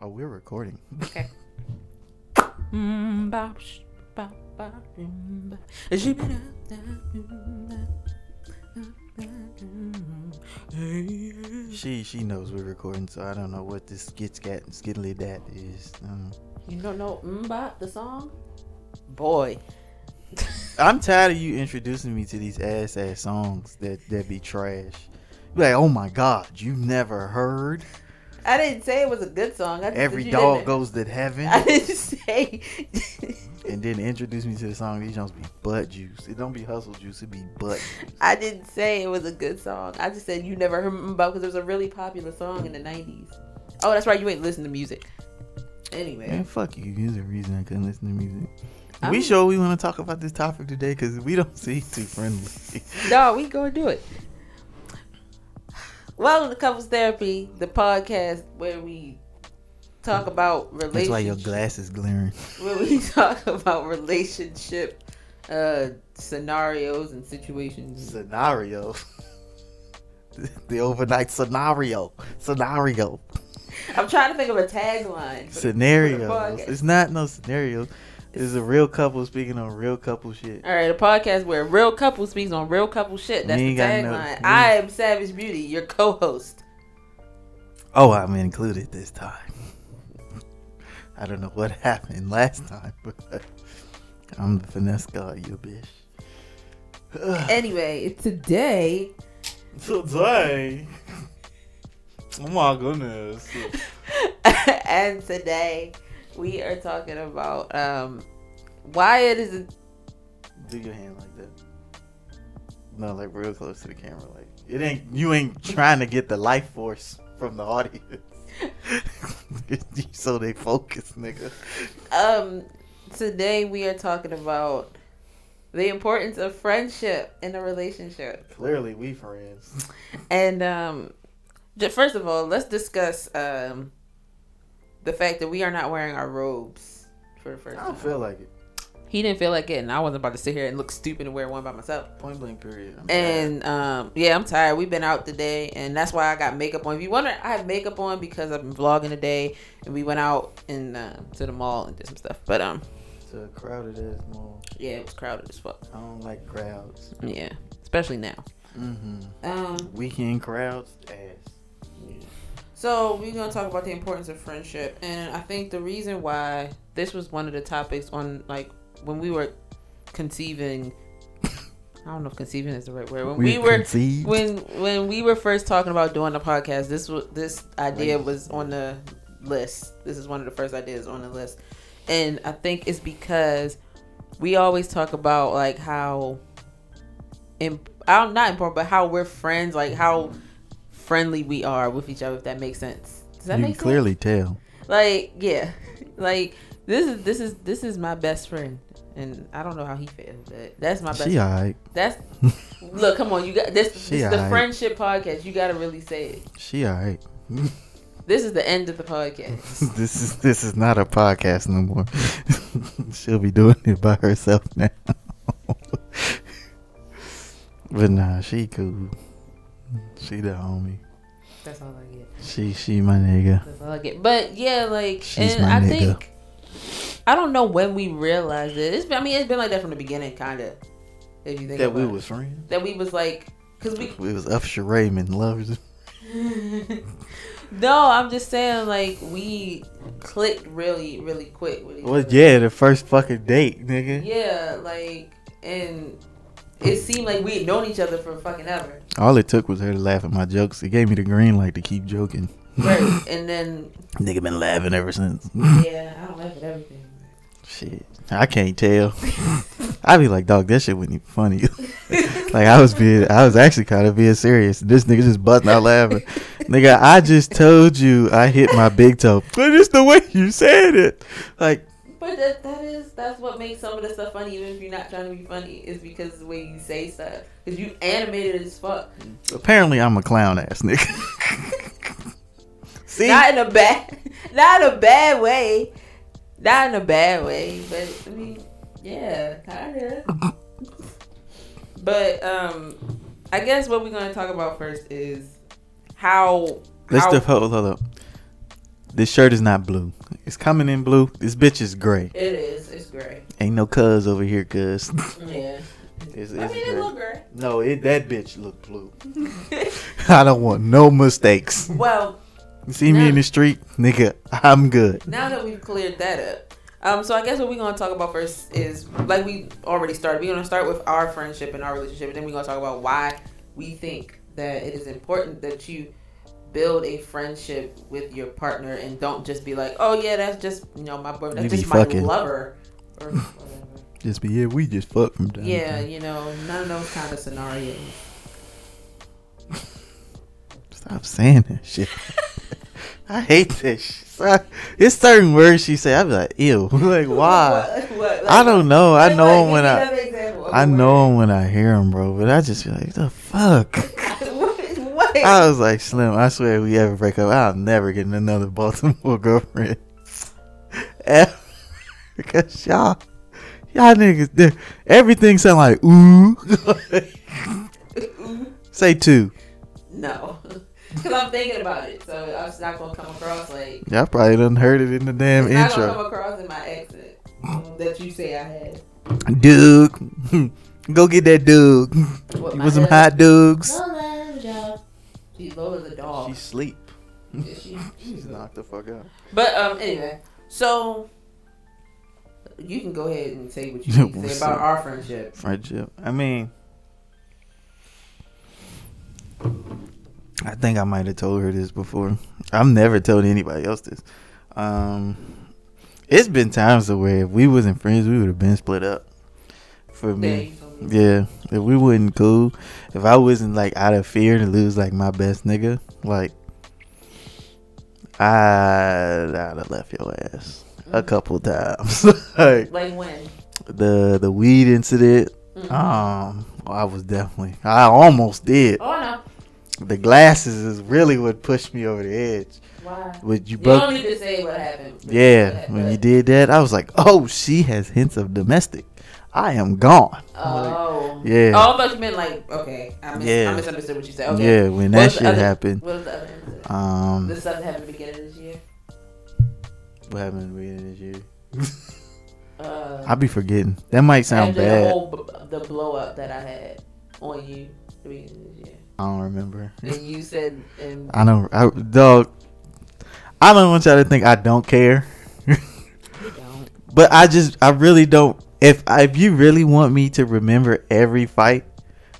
Oh, we're recording. Okay. Mm, She she knows we're recording, so I don't know what this skits cat and skiddly dat is. Um, You don't know Mbop, the song? Boy. I'm tired of you introducing me to these ass ass songs that that be trash. You Like, oh my god, you never heard I didn't say it was a good song. I just "Every said you Dog didn't- Goes to Heaven," I didn't say. and then introduce me to the song. These songs be butt juice. It don't be hustle juice. It be butt. I didn't say it was a good song. I just said you never heard Mbop because it was a really popular song in the 90s. Oh, that's right. You ain't listen to music. Anyway. Man, fuck you. There's a reason I couldn't listen to music. I'm- We sure we want to talk about this topic today because we don't seem too friendly. No, we gonna do it. Welcome to Couples Therapy, the podcast where we talk about That's why your relationships. glass is glaring. Where we talk about relationship uh, scenarios and situations. Scenario. the overnight scenario. Scenario. I'm trying to think of a tagline. Scenarios. podcast. It's not no scenario. It's a real couple speaking on real couple shit. All right, a podcast where a real couple speaks on real couple shit. That's We the ain't got no- tagline. we- I am Savage Beauty, your co-host. Oh, I'm included this time. I don't know what happened last time, but I'm the finesse guy, you bitch. Ugh. Anyway, today Today. Oh my goodness. and today we are talking about um, why it is Do your hand like that. No, like real close to the camera. Like it ain't you ain't trying to get the life force from the audience. so they focus, nigga. Um, today we are talking about the importance of friendship in a relationship, Clearly we friends. and um, ju- first of all, let's discuss um the fact that we are not wearing our robes for the I first time. don't feel like it. he didn't feel like it, and I wasn't about to sit here and look stupid and wear one by myself. Point blank period. I'm And um, yeah, I'm tired. We've been out today, and that's why I got makeup on. If you wonder, I have makeup on because I've been vlogging today, and we went out and uh, to the mall and did some stuff. But um, tired. to a crowded ass mall. yeah, it was crowded as fuck. I don't like crowds. Yeah, especially now. Mm-hmm. Um, Weekend crowds, ass. so we're gonna talk about the importance of friendship, and I think the reason why this was one of the topics on like when we were conceiving. I don't know if conceiving is the right word. When we, were conceived. when when we were first talking about doing the podcast, this was this idea Right. was on the list. This is one of the first ideas on the list, and I think it's because we always talk about like how, imp- I'm not important, but how we're friends, like how friendly we are with each other. If that makes sense, does that you make can clearly tell. sense? Like yeah, like this is this is this is my best friend, and I don't know how he feels, but that's my best. She alright. That's Look, come on, you got this. She this is the aight. friendship podcast. You gotta really say it. She alright. This is the end of the podcast. this is this is not a podcast no more. She'll be doing it by herself now. but nah, she cool. She the homie. That's all I get. She she my nigga. That's all I get. But yeah, like, She's and my I nigga. think I don't know when we realized it. It's been, I mean, it's been like that from the beginning, kind of. If you think That about we it. was friends. that we was like, cause we We was up Raymond lovers. no, I'm just saying like we clicked really, really quick. With each Well other. yeah, the first fucking date, nigga. yeah, like, and it seemed like we had known each other for fucking ever. All it took was her to laugh at my jokes. It gave me the green light to keep joking. Right. And then, Nigga been laughing ever since. yeah, I don't laugh at everything. Shit. I can't tell. I be like, dog, that shit wasn't even funny. Like I was being, I was actually kind of being serious. This nigga just busting out laughing. nigga, I just told you I hit my big toe. But it's the way you said it. Like, But that, that is that's what makes some of the stuff funny, even if you're not trying to be funny, is because the way you say stuff. Because you animated as fuck. apparently I'm a clown ass nigga. See, Not in a bad, not in a bad way, not in a bad way. But I mean, yeah, kinda. but um, I guess what we're gonna talk about first is how let's how def- hold, hold up. This shirt is not blue. It's coming in blue. This bitch is gray. It is. It's gray. Ain't no cuz over here, cuz. Yeah. It's- I it's mean, gray. it look gray. No, it that bitch look blue. I don't want no mistakes. well, You see me in the street, nigga, I'm good. now that we've cleared that up, um, so I guess what we're gonna talk about first is like we already started. We're gonna start with our friendship and our relationship, and then we're gonna talk about why we think that it is important that you build a friendship with your partner and don't just be like, oh yeah, that's just you know my boyfriend, You that's be just my fucking. lover. Or whatever. Just be yeah, we just fuck from time. to yeah, time. you know, none of those kind of scenarios. Stop saying that shit. I hate that shit. So- It's certain words she say. I be like, ew. like why? What? What? Like, I don't know. I like, know give 'em me when I another example of I a know word. 'em when I hear them, bro. But I just be like, the fuck. what? what? I was like, Slim, I swear if we ever break up, I'll never get another Baltimore girlfriend. Ever. because y'all, y'all niggas, they- everything sound like ooh. Say two. No, because I'm thinking about it, so I'm just not gonna come across like Y'all probably done heard it in the damn it's not gonna intro. come across in my exit that you say I had. Dude, go get that dude. What, You my want some husband- hot dudes? Lola's job. She Lola's a dog. sleep. Is she? She's knocked the fuck out. But um, anyway, so you can go ahead and say what you need to say about our friendship. friendship. I mean, I think I might have told her this before. I've never told anybody else this. Um, it's been times to where if we wasn't friends, we would have been split up. For There me, you go. yeah. If we wasn't cool, if I wasn't like out of fear to lose like my best nigga, like I'd, I'd have left your ass Mm. a couple times. like Like when? the the weed incident. Mhm. Um, I was definitely. I almost did. Oh no. The glasses is really what pushed me over the edge. Why? Would you You don't broke? need to say what happened. Yeah, when you did that, I was like, "Oh, she has hints of domestic. I am gone." Oh. Yeah. Oh, I thought you meant like okay. I, mis- Yeah. I misunderstood what you said. Okay. Yeah, when What that was the shit other- happened. What was the other incident? Um, This doesn't happen at the beginning of this year. what happened at the beginning of this year? Uh, I be forgetting. That might sound after The, bad. whole b- the blow up that I had on you at the beginning of this year, I don't remember. and you said, and I don't. I, dog. I don't want y'all to think I don't care. you don't. But I just I really don't if if you really want me to remember every fight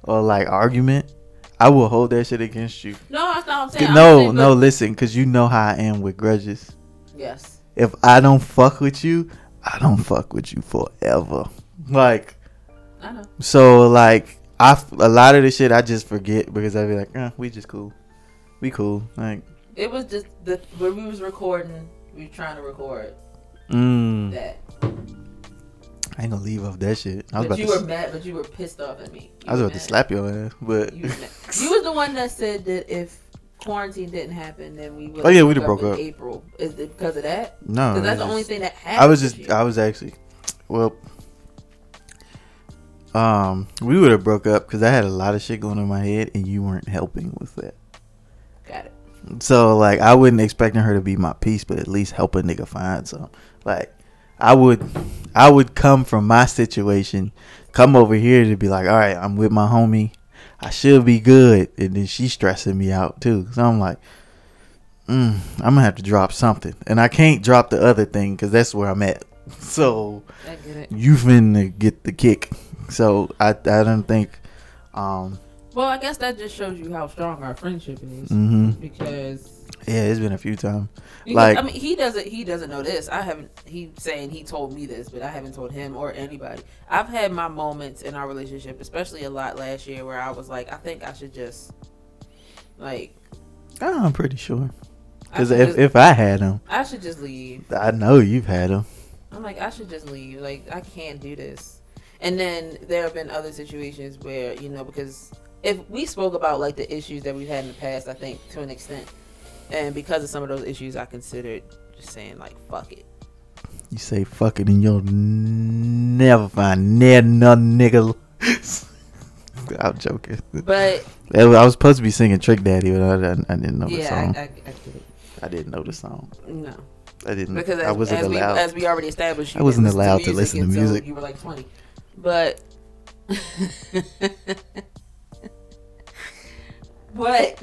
or like argument, I will hold that shit against you. No, that's not what I'm saying. I'm no, saying, no, but- listen, cuz you know how I am with grudges. Yes. If I don't fuck with you, I don't fuck with you forever. Like I know. so like I f- a lot of the shit I just forget because I be like, eh, "We just cool. We cool." Like It was just the where we was recording. We were trying to record Mm, that, I ain't gonna leave off that shit. I was but about you to, were s- mad, but you were pissed off at me. You I was were about to mad. slap your ass, but You, was mad. You was the one that said that if quarantine didn't happen, then we would. Oh, yeah, we'd have broke in up. April. Is it because of that? no. Because I that's the just- only thing that happened. I was this just year. I was actually well um we would have broke up cuz I had a lot of shit going on in my head and you weren't helping with that. Got it. So like I wasn't expecting her to be my piece but at least help a nigga find some. Like I would I would come from my situation come over here to be like, "All right, I'm with my homie. I should be good." And then she's stressing me out too. So I'm like Mm, I'm gonna have to drop something, and I can't drop the other thing because that's where I'm at. So, I get it. you finna get the kick. So I I don't think um Well, I guess that just shows you how strong our friendship is hmm because, yeah, it's been a few times. because, Like- I mean he doesn't he doesn't know this. I haven't he saying he told me this, but I haven't told him or anybody. I've had my moments in our relationship, especially a lot last year where I was like, I think I should just like Oh, I'm pretty sure I because should, if, just, if I had them, I should just leave. I know you've had them. I'm like I should just leave. Like I can't do this. And then there have been other situations where, you know, because if we spoke about like the issues that we've had in the past, I think to an extent and because of some of those issues, I considered just saying like "fuck it." You say fuck it, and you'll never find near no nigga. I'm joking. But I was supposed to be singing Trick Daddy, but I, I, I didn't know the yeah, song. I, I, I get it. I didn't know the song. No, I didn't. because as, Mm. I wasn't as we allowed. as we already established, you I wasn't didn't allowed to listen to until music. You were like twenty, but but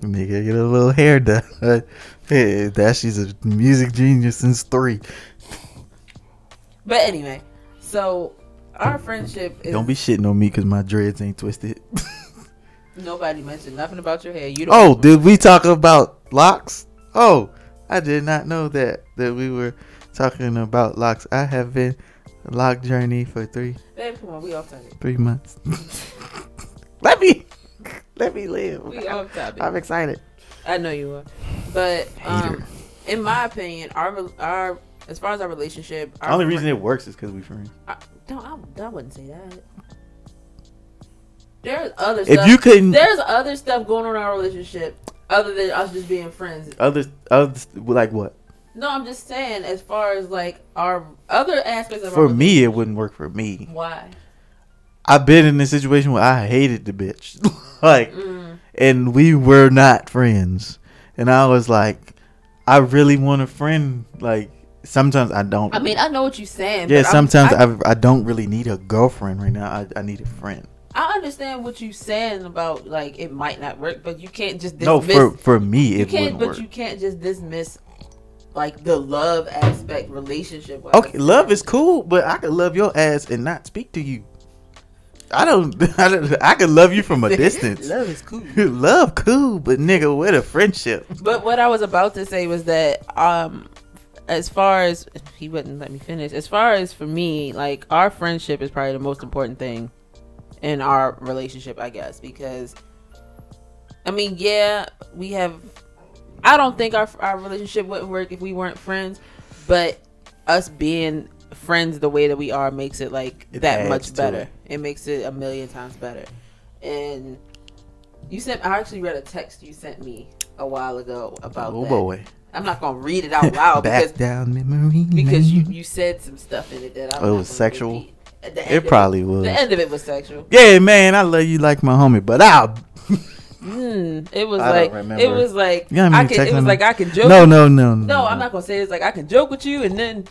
Nigga, get a little hair done. hey, that she's a music genius since three. but anyway, so our friendship is Don't be shitting on me because my dreads ain't twisted. nobody mentioned nothing about your hair. You don't oh, did we talk about locks? Oh, I did not know that that we were talking about locks. I have been lock journey for three Babe, come on, we off topic. three months. let me let me live. We off topic. I'm excited. I know you are, but um, Hater. in my opinion, our our as far as our relationship, our The only fri- reason it works is because we friends. No, I, I wouldn't say that. There's other If stuff. you couldn't There's other stuff going on in our relationship other than us just being friends. other other like what No, I'm just saying as far as like our other aspects of for our me it wouldn't work for me. Why? I've been in a situation where I hated the bitch. like Mm, and we were not friends. And I was like, I really want a friend. Like sometimes I don't. I mean, I know what you're saying. yeah, but I'm- sometimes I, I, I don't really need a girlfriend right now. I, I need a friend. I understand what you're saying about like it might not work, but you can't just dismiss. no, for for me you it can't, wouldn't but work. you can't just dismiss like the love aspect relationship. okay, love is cool, but I could love your ass and not speak to you. I don't. I, don't, I could love you from a distance. love is cool. love cool, but nigga, what a friendship. But what I was about to say was that um as far as he wouldn't let me finish. As far as for me, like our friendship is probably the most important thing in our relationship, I guess, because I mean, yeah, we have I don't think our our relationship wouldn't work if we weren't friends, but us being friends the way that we are makes it like It that adds much to better. it. It. makes it a million times better. And you sent I actually read a text you sent me a while ago about oh that. boy, I'm not gonna read it out loud back because down memory because you, lane. you said some stuff in it that I Oh, it was sexual? It it probably was. the end of it was sexual. Yeah, man, I love you like my homie, but I'll Mm, it was I don't like remember. it was like You know how many I can, it texts I was know? like I can joke. no, no, no, no, no, I'm not gonna say it. it's like I can joke with you and then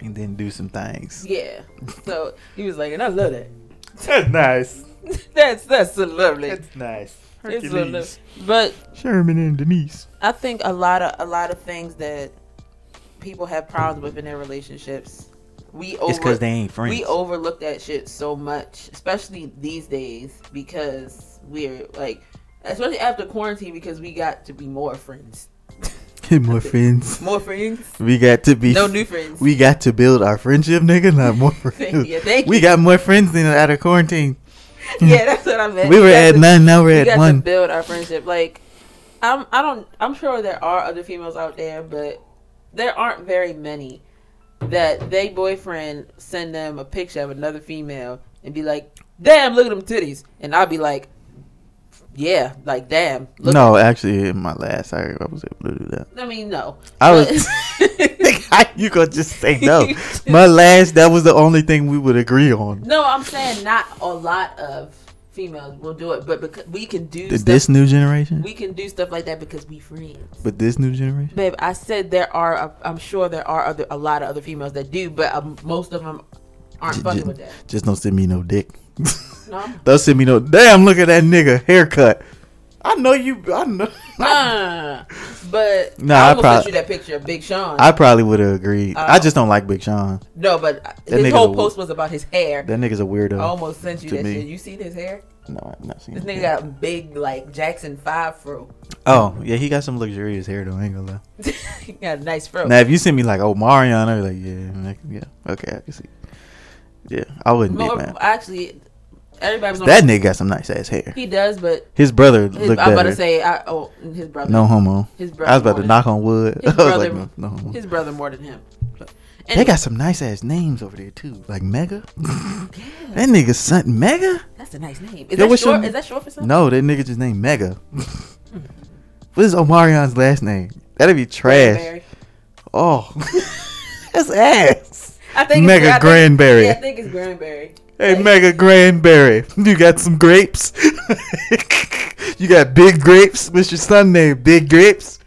And then do some things. yeah. So he was like, and I love that. That's nice. that's that's so lovely. nice. It's so lovely. But Sherman and Denise. I think a lot of a lot of things that people have problems with in their relationships, we over It's because they ain't friends. Oh, We overlook that shit so much, especially these days because we're like, especially after quarantine because we got to be more friends, more friends. more friends, We got to be. no new friends. we got to build our friendship, nigga. Not more friends. yeah, thank We you. got more friends than out of quarantine. yeah, that's what I meant. We were got at to- nine, now we're we got at to one. build our friendship. Like, I'm I don't I'm sure there are other females out there, but there aren't very many that they boyfriend send them a picture of another female and be like, "Damn, look at them titties," and I'll be like, "Yeah, like damn." Look No, actually, in my last, I, I was able to do that. I mean, no. I But- was. you gonna just say no? My last, that was the only thing we would agree on. no, I'm saying not a lot of females will do it, but because we can do stuff, This new generation. we can do stuff like that because we friends. But this new generation, Babe, I said there are. uh, I'm sure there are other a lot of other females that do, but um, most of them aren't J- fucking j- with that. just don't send me no dick. No, I'm- Don't send me no damn. Look at that nigga haircut. I know you. I know. no, no, no, no. but No, I I almost prob- sent you that picture of Big Sean. I probably would have agreed. Oh. I just don't like Big Sean. no, but nigga's his a whole wo- post was about his hair. That nigga's a weirdo. I almost sent you to that me. shit. You see his hair? No, I've not seen. Oh This it. nigga got big like Jackson Five fro. Oh yeah, he got some luxurious hair though. I ain't gonna lie. he got a nice fro. Now if you send me like oh Marion, I'd be like yeah, I can- yeah, okay, I can see. Yeah, I wouldn't be More, mad. actually, everybody's on That nigga got some nice ass hair. He does, but His brother his, looked I'm about better. to say, I, oh, his brother. no homo. his brother. I was about more to than- knock on wood. I His was like, brother- no, no homo. His brother more than him. But, They anyway. got some nice ass names over there too, like Mega. that nigga son Mega? That's a nice name. Is Yo, that what's short? your- Is that short for something? No, that nigga just named Mega. what is Omarion's last name? That'd be trash. Granberry. Oh, that's ass. I think Mega it's, I think- Granberry. yeah, I think it's Granberry. Hey, Mega Granberry, you got some grapes? you got big grapes? What's your son name? Big Grapes?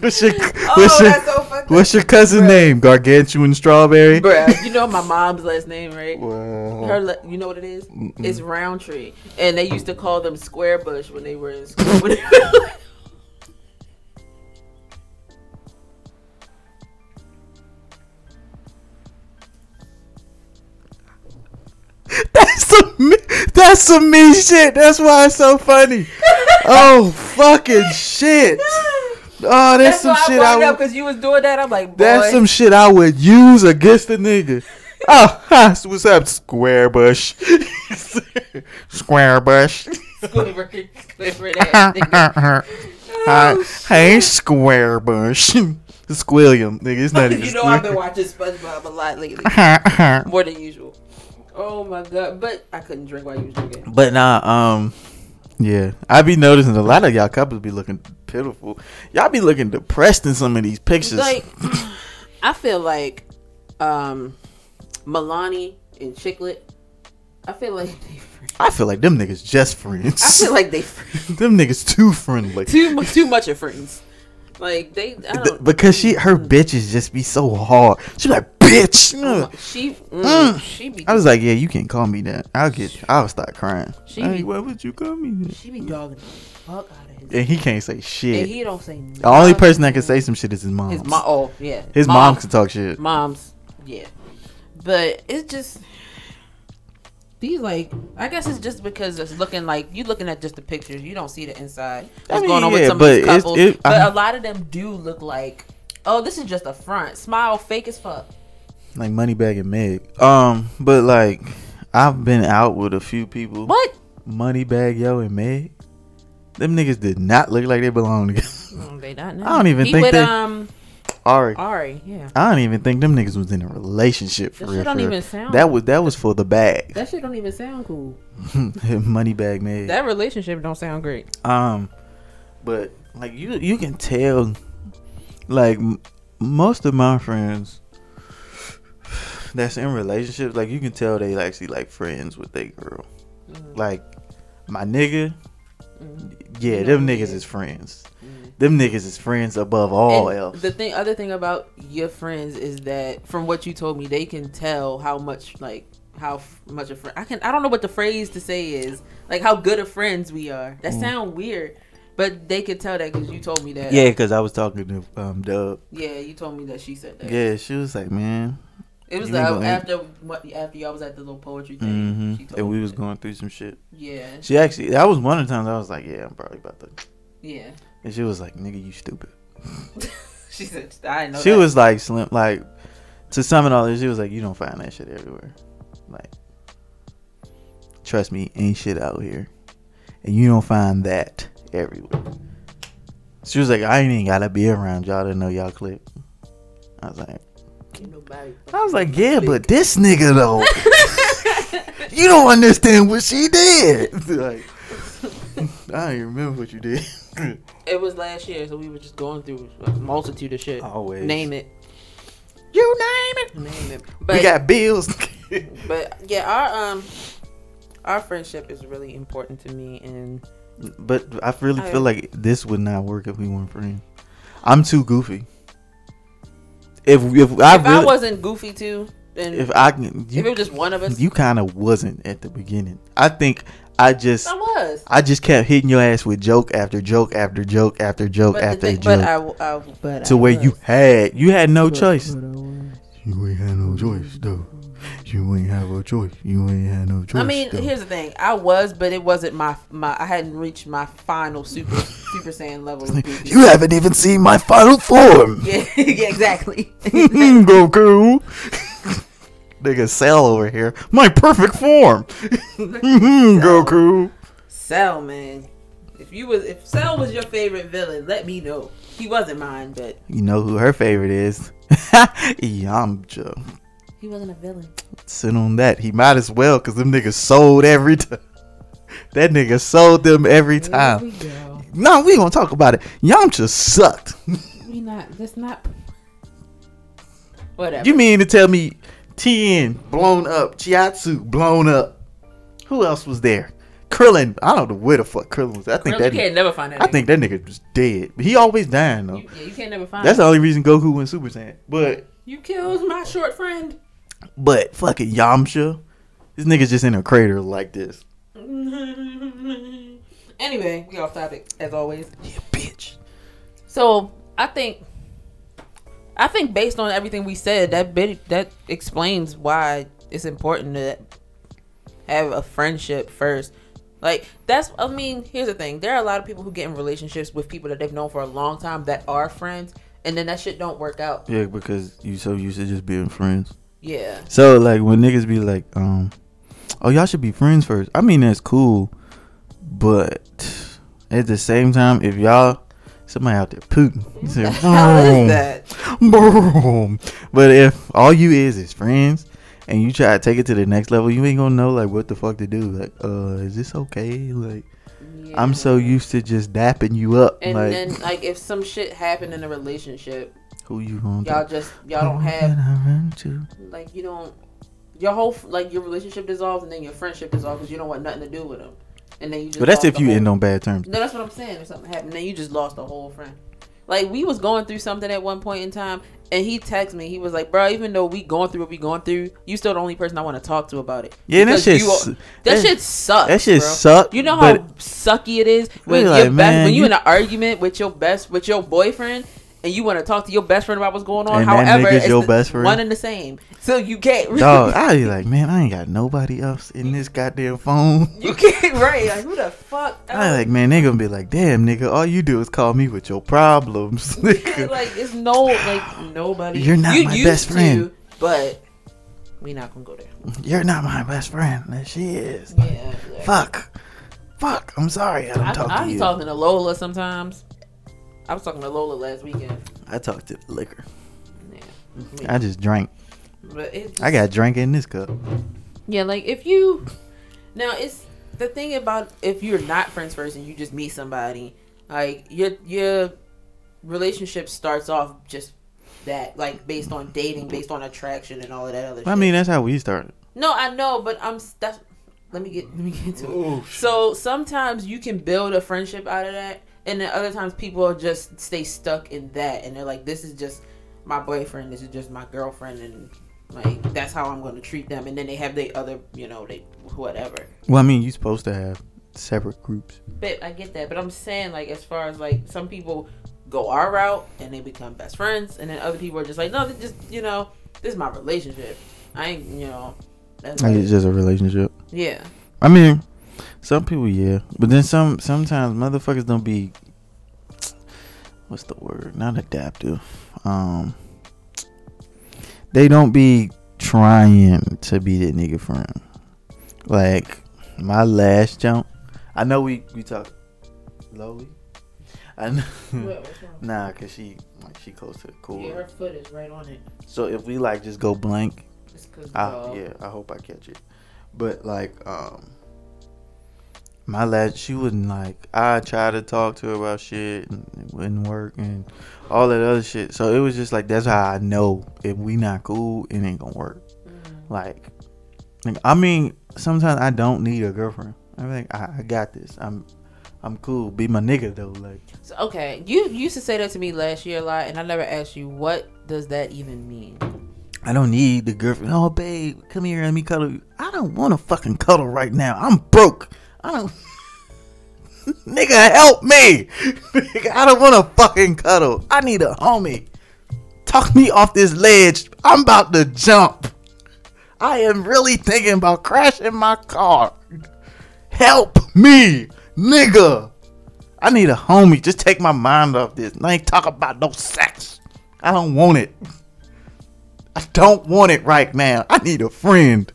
What's your, Oh, what's your, that's so fucked up. what's your cousin Bruh. name? Gargantuan Strawberry? Bruh, you know my mom's last name, right? Well, Her, la- you know what it is? It's Roundtree, and they used to call them Square Bush when they were in school. When they were- That's some that's some mean shit. That's why it's so funny. oh fucking shit. Oh, that's, That's some why I shit brought I it up would. because you was doing that. I'm like, boy, That's some shit I would use against a nigga. oh, hi, so what's up, Square Bush? Square Bush. Square Square that nigga. Oh, Hi, hey, Square Bush. Squilliam, nigga. It's not even. you know I've been watching SpongeBob a lot lately, watching. more than usual. Oh my god! But I couldn't drink while you was drinking. But nah, um, yeah, I be noticing a lot of y'all couples be looking pitiful. Y'all be looking depressed in some of these pictures. like I feel like um Milani and Chiclet. I feel like they. friends. I feel like them niggas just friends. I feel like they friends. them niggas too friendly. too mu- too much of friends. Like they, I Th- don't. because she, her bitches just be so hard. She be like, Oh bitch. Ugh. she, mm, Mm. she be, uh, I was like, yeah, you can't call me that. I'll get. I'll start crying. She Hey, be- why would you call me that? she be dogging the fuck out of his. And he can't say shit. and he don't say. the only person that can say some shit is his mom. his mom. Oh yeah, His mom, mom. can talk shit. Moms, yeah. But it's just these like I guess it's just because it's looking like you looking at just the pictures, you don't see the inside. I What's mean, going on yeah, with some but of these it's- couples. it- but I- a lot of them do look like oh, this is just a front. Smile fake as fuck. like Moneybag and Meg. Um, but like I've been out with a few people. What? Moneybag Yo and Meg. Them niggas did not look like they belong together. Mm, They not know. I don't even he think with, they- um Ari. Ari, yeah. I don't even think them niggas was in a relationship for That real. shit don't for real. even sound that was that was for the bag. that shit don't even sound cool. Moneybag Meg. That relationship don't sound great. Um, but like you, you can tell, like m- most of my friends that's in relationships, like you can tell they actually like friends with their girl. Mm-hmm. Like my nigga, yeah, You them know, niggas yeah. is friends. Them niggas is friends above all Mm-hmm. And else. The thing, other thing about your friends is that, from what you told me, they can tell how much like how f- much a friend. I can. I don't know what the phrase to say is. Like how good of friends we are. Mm. That sound weird, but they could tell that because you told me that. yeah, because I was talking to um Dub. Yeah, you told me that she said that. Yeah, she was like, man, It was You the, ain't gonna- after what- after y'all was at the little poetry thing. hmm She told and me we was that. going through some shit. Yeah, She actually, that was one of the times I was like, yeah, I'm probably about to. yeah. And she was like, nigga, you stupid. She said I didn't know. she that." was like slim like to sum it all up, she was like you don't find that shit everywhere like trust me ain't shit out here and you don't find that everywhere she was like i ain't even gotta be around y'all to know y'all click i was like Ain't nobody- i was like yeah but this nigga though you don't understand what she did like i don't even remember what you did It was last year, so we were just going through a multitude of shit. Always. name it, you name it name it. we But got bills but yeah, our um our friendship is really important to me and But I really I- feel like this would not work if we weren't friends. I'm too goofy. If if I if really, I wasn't goofy too, then if if, I can, it was you, just one of us you kind of wasn't at the beginning. I think I just I was. I just kept hitting your ass with joke after joke after joke after joke But, the after thing, joke but I, I but to I where was. you had you had no But- choice. but I was. You ain't had no choice though. You ain't have a choice. You ain't had no choice. I mean, though. here's the thing. I was, but it wasn't my my. I hadn't reached my final super super saiyan level. Of goofy. you haven't even seen my final form. yeah, yeah, exactly. Mm, Goku. Nigga Cell over here. My perfect form. Mm, Goku. Cell man, if you was if Cell was your favorite villain, let me know. He wasn't mine, but You know who her favorite is? Yamcha. he wasn't a villain. Sit on that. He might as well because them niggas sold every time. That nigga sold them every time. Here we go. No, we gonna talk about it. Yamcha sucked. We not. That's not. Whatever. You mean to tell me Tien blown up. Chiatsu blown up. Who else was there? Krillin. I don't know where the fuck Krillin was. I think Girl, that. you can't never find that. I nigga. think that nigga was dead. He always dying though. You, yeah, you can't never find. That's him. the only reason Goku went Super Saiyan. But You killed my short friend. but fucking Yamcha, this nigga's just in a crater like this. anyway, we off topic as always. Yeah, bitch. So I think, I think based on everything we said, that bit that explains why it's important to have a friendship first. Like that's, I mean, here's the thing: there are a lot of people who get in relationships with people that they've known for a long time that are friends, and then that shit don't work out. Yeah, because you so used to just being friends. Yeah, So like when niggas be like, um, oh y'all should be friends first. I mean that's cool, but at the same time, if y'all somebody out there pooting, you say, how "Vroom, is that? vroom." But if all you is is friends and you try to take it to the next level, you ain't gonna know like what the fuck to do. Like, uh, is this okay? Like, I'm so Yeah. used to just dapping you up. And like, then, like, if some shit happened in a relationship, who you gonna? y'all do? just y'all don't Who have can I run to? like you don't your whole like your relationship dissolves and then your friendship dissolves because you don't want nothing to do with them, and then you just. But that's lost if the you whole- end on bad terms. No, that's what I'm saying. If something happened, then you just lost the whole friend. Like we was going through something at one point in time, and he texted me. He was like, "Bro, even though we going through what we going through, you still the only person I want to talk to about it." Yeah, and that Because shit. you s- are- that, shit sucks. That shit bro. suck. You know how but sucky it is when Really your like, best, man, when you, you- in an argument with your best with your boyfriend and you want to talk to your best friend about what's going on. And that However, nigga's it's your the- best friend? one and the same. So you can't really, Dog, I be like, man, I ain't got nobody else in this goddamn phone. you can't right. Like who the fuck? I like, man, they gonna be like, damn, nigga, all you do is call me with your problems. Like, nigga. it's no like nobody. You're not my used best friend. to, but we not gonna go there. You're not my best friend. Like, she is. Yeah. like, Fuck. Fuck. I'm sorry. I don't I, talk I to be you. talking to Lola sometimes. I was talking to Lola last weekend. I talk to the liquor. Yeah. I just drank. But it I got drink in this cup. Yeah, like if you now it's the thing about if you're not friends first and you just meet somebody, like your your relationship starts off just that, like based on dating, based on attraction and all of that other shit. I mean, that's how we started. No, I know, but I'm s- that's let me get let me get to it. Oh, So sometimes you can build a friendship out of that, and then other times people just stay stuck in that, and they're like, "This is just my boyfriend. This is just my girlfriend," and like that's how I'm going to treat them. And then they have they other, you know, they whatever. Well, I mean, you supposed to have separate groups. But I get that. But I'm saying like as far as like some people go our route and they become best friends, and then other people are just like, "No, this just you know, this is my relationship. I ain't you know." That's Like, it." it's just a relationship. yeah. I mean, some people, yeah, but then some. Sometimes motherfuckers don't be. What's the word? Not adaptive. Um, they don't be trying to be that nigga friend. Like my last jump, I know we we talk lowly. I know. what's wrong? nah, cause she like she close to the core. Yeah, her foot is right on it. So if we like just go blank, It's 'cause, I, uh, Ah, yeah, I hope I catch it. But like, um, my lad, she wouldn't like. I tried to talk to her about shit, and it wouldn't work, and all that other shit. So it was just like that's how I know if we not cool, it ain't gonna work. mm, Like, like, I mean, sometimes I don't need a girlfriend. I'm like, I, I got this. I'm, I'm cool. Be my nigga though. Like, so, okay, you used to say that to me last year a lot, and I never asked you what does that even mean. I don't need the girlfriend. Oh, babe, come here, let me cuddle you. I don't want to fucking cuddle right now. I'm broke. I don't. Nigga, help me. Nigga, I don't want to fucking cuddle. I need a homie. Talk me off this ledge. I'm about to jump. I am really thinking about crashing my car. Help me, nigga. I need a homie. Just take my mind off this. I ain't talk about no sex. I don't want it. I don't want it right now. I need a friend.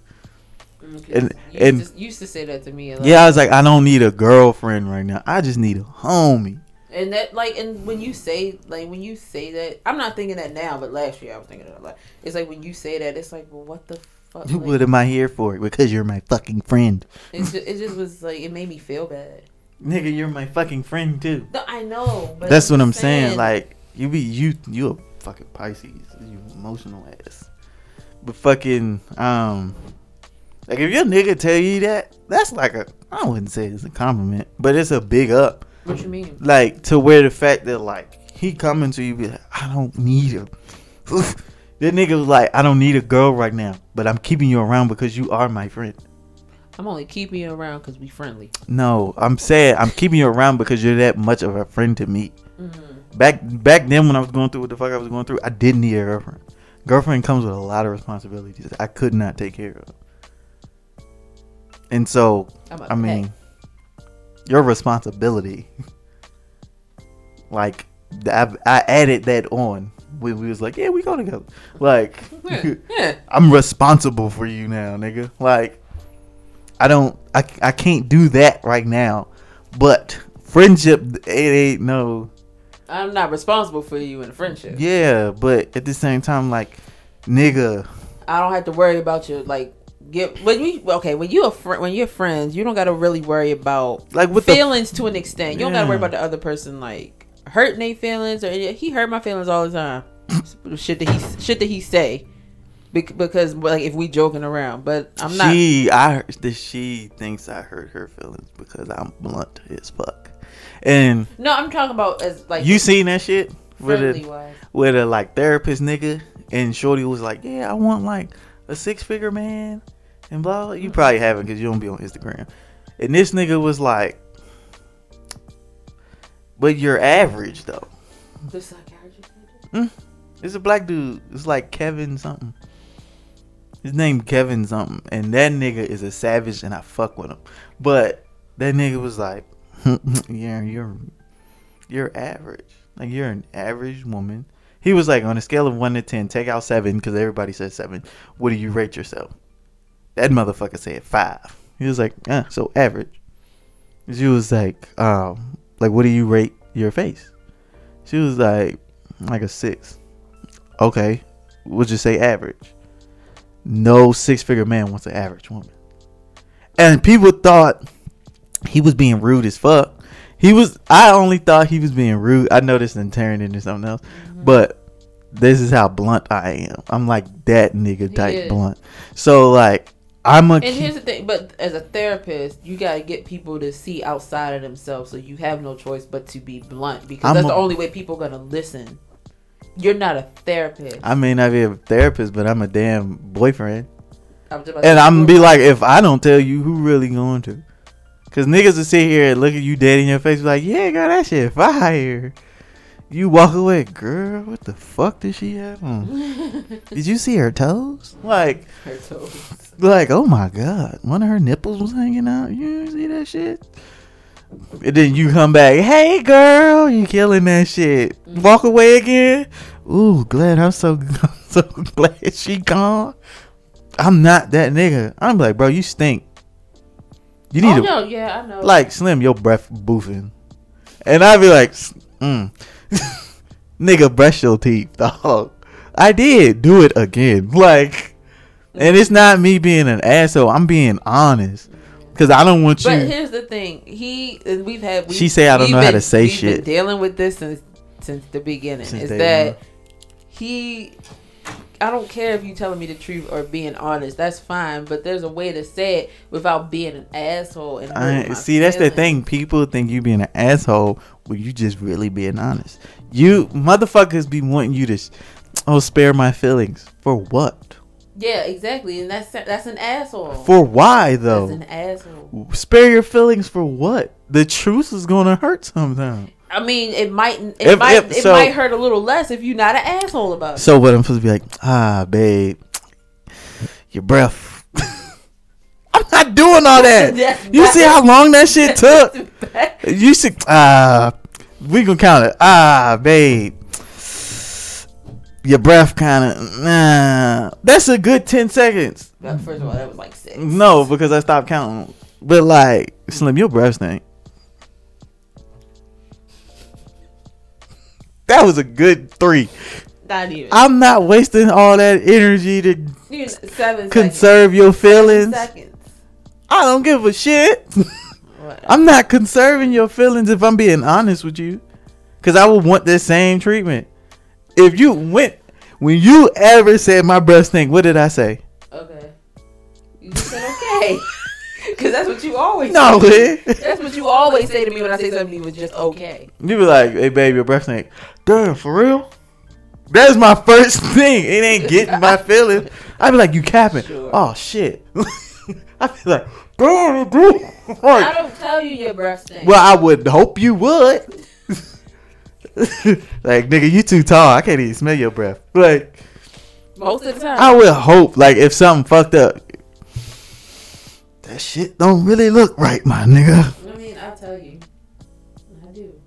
And- you and- used to, you used to say that to me a lot. Yeah, I was like, I don't need a girlfriend right now. I just need a homie. and that like, and when you say like when you say that, I'm not thinking that now, but last year I was thinking that a lot. It's like when you say that, it's like, well, what the fuck? Like, What am I here for? Because you're my fucking friend. it's just, it just was like it made me feel bad. Nigga, you're my fucking friend too. No, I know. But That's what I'm saying. Like you be you you a fucking Pisces. You emotional ass. But fucking um, like if your nigga tell you that, that's like a I wouldn't say it's a compliment, but it's a big up. What you mean? Like to where the fact that like he coming to you be like, I don't need him. that nigga was like, I don't need a girl right now, but I'm keeping you around because you are my friend. I'm only keeping you around because we friendly. No, I'm saying I'm keeping you around because you're that much of a friend to me. Back back then when I was going through what the fuck I was going through, I didn't need a girlfriend. Girlfriend comes with a lot of responsibilities that I could not take care of. And so, I'm a I mean, your responsibility. like I, I added that on when we was like, yeah, we go together. Like yeah, yeah. I'm responsible for you now, nigga. Like, I don't, I, I can't do that right now. But friendship, it ain't no. I'm not responsible for you in a friendship. Yeah, but at the same time, like, nigga, I don't have to worry about your like get when you okay when you a friend when you're friends you don't got to really worry about Like, with the- feelings to an extent. You don't got to worry Yeah. about the other person like hurting their feelings or any- he hurt my feelings all the time. shit that he shit that he say Bec- because like if we joking around, but I'm not. she, I, the, she thinks I hurt her feelings because I'm blunt as fuck. And no, I'm talking about as like you seen that shit with friendly a, wise. with a like therapist nigga, and Shorty was like, yeah, I want like a six figure man, and blah. blah. You probably haven't because you don't be on Instagram. And this nigga was like, but you're average though. The psychiatrist. It's a black dude. It's like Kevin something. His name Kevin something, and that nigga is a savage, and I fuck with him. But that nigga was like, yeah, you're, you're average. Like you're an average woman. He was like on a scale of one to ten, take out seven because everybody says seven. What do you rate yourself? That motherfucker said five. He was like, uh, so average. She was like, um, like what do you rate your face? She was like, like a six. Okay, would you say average? No six figure man wants an average woman. And people thought he was being rude as fuck. He was. I only thought he was being rude. I noticed in Taryn into something else, Mm-hmm. but this is how blunt I am. I'm like that nigga He type is. blunt. So like I'm a. And keep- here's the thing, but as a therapist, you gotta get people to see outside of themselves, so you have no choice but to be blunt because I'm that's the a- only way people gonna listen. You're not a therapist. I may not be a therapist, but I'm a damn boyfriend. I'm just about And to- I'm be like, if I don't tell you, who really going to? Cause niggas will sit here and look at you dead in your face, be like, yeah, girl, that shit fire. You walk away, girl. What the fuck did she have Mm. on? did you see her toes? Like, Her toes. like, oh my god, one of her nipples was hanging out. You didn't see that shit? And then you come back, hey girl, you killing that shit. Walk away again. Ooh, glad I'm so I'm so glad she gone. I'm not that nigga. I'm like, bro, you stink. You need oh to no, yeah, I know. like Slim, your breath boofing, and I'd be like, "S- mm. nigga, brush your teeth, dog. I did do it again, like, and it's not me being an asshole. I'm being honest, cause I don't want you. but here's the thing. He and we've had. We've, She say I don't we've know how been- to say we've been shit. dealing with this since since the beginning. Since is day that one. he? I don't care if you telling me the truth or being honest. That's fine. But there's a way to say it without being an asshole. And hurting I, my see, that's the feelings. thing. People think you being an asshole when you just really being honest. You motherfuckers be wanting you to, s- oh, spare my feelings for what? Yeah, exactly. And that's that's an asshole. For why though? that's an asshole. spare your feelings for what? The truth is gonna hurt sometime. I mean, it might it If- might if- it so- might hurt a little less if you're not an asshole about it. So what? I'm supposed to be like, ah, babe, your breath. I'm not doing all that. That's you not- see how long that shit took? Back- You see, ah, we gonna count it. Ah, babe, your breath kind of nah. That's a good ten seconds. First of all, that was like six. No, because I stopped counting. But like, Slim, your breath stink. That was a good three. Not even. I'm not wasting all that energy to You- seven seconds. conserve your feelings. seconds. I don't give a shit. What? I'm not conserving your feelings if I'm being honest with you. Cause I would want the same treatment. If you went When you ever said my breath stink, what did I say? Okay. You just said okay. Because that's what you always No, Oh. say. man. That's what you always say to me when I say something was just okay. You be like, hey, baby, your breath stink. Damn, for real? That's my first thing. It ain't getting my feelings. I be like, you capping. Sure. Oh, shit. I be like, damn, dude. I Right. don't tell you your breath stinks. Well, I would hope you would. like, nigga, you too tall. I can't even smell your breath. Like, Most of the time. I would hope, like, if something fucked up, that shit don't really look right, my nigga. I mean, I tell you, I do.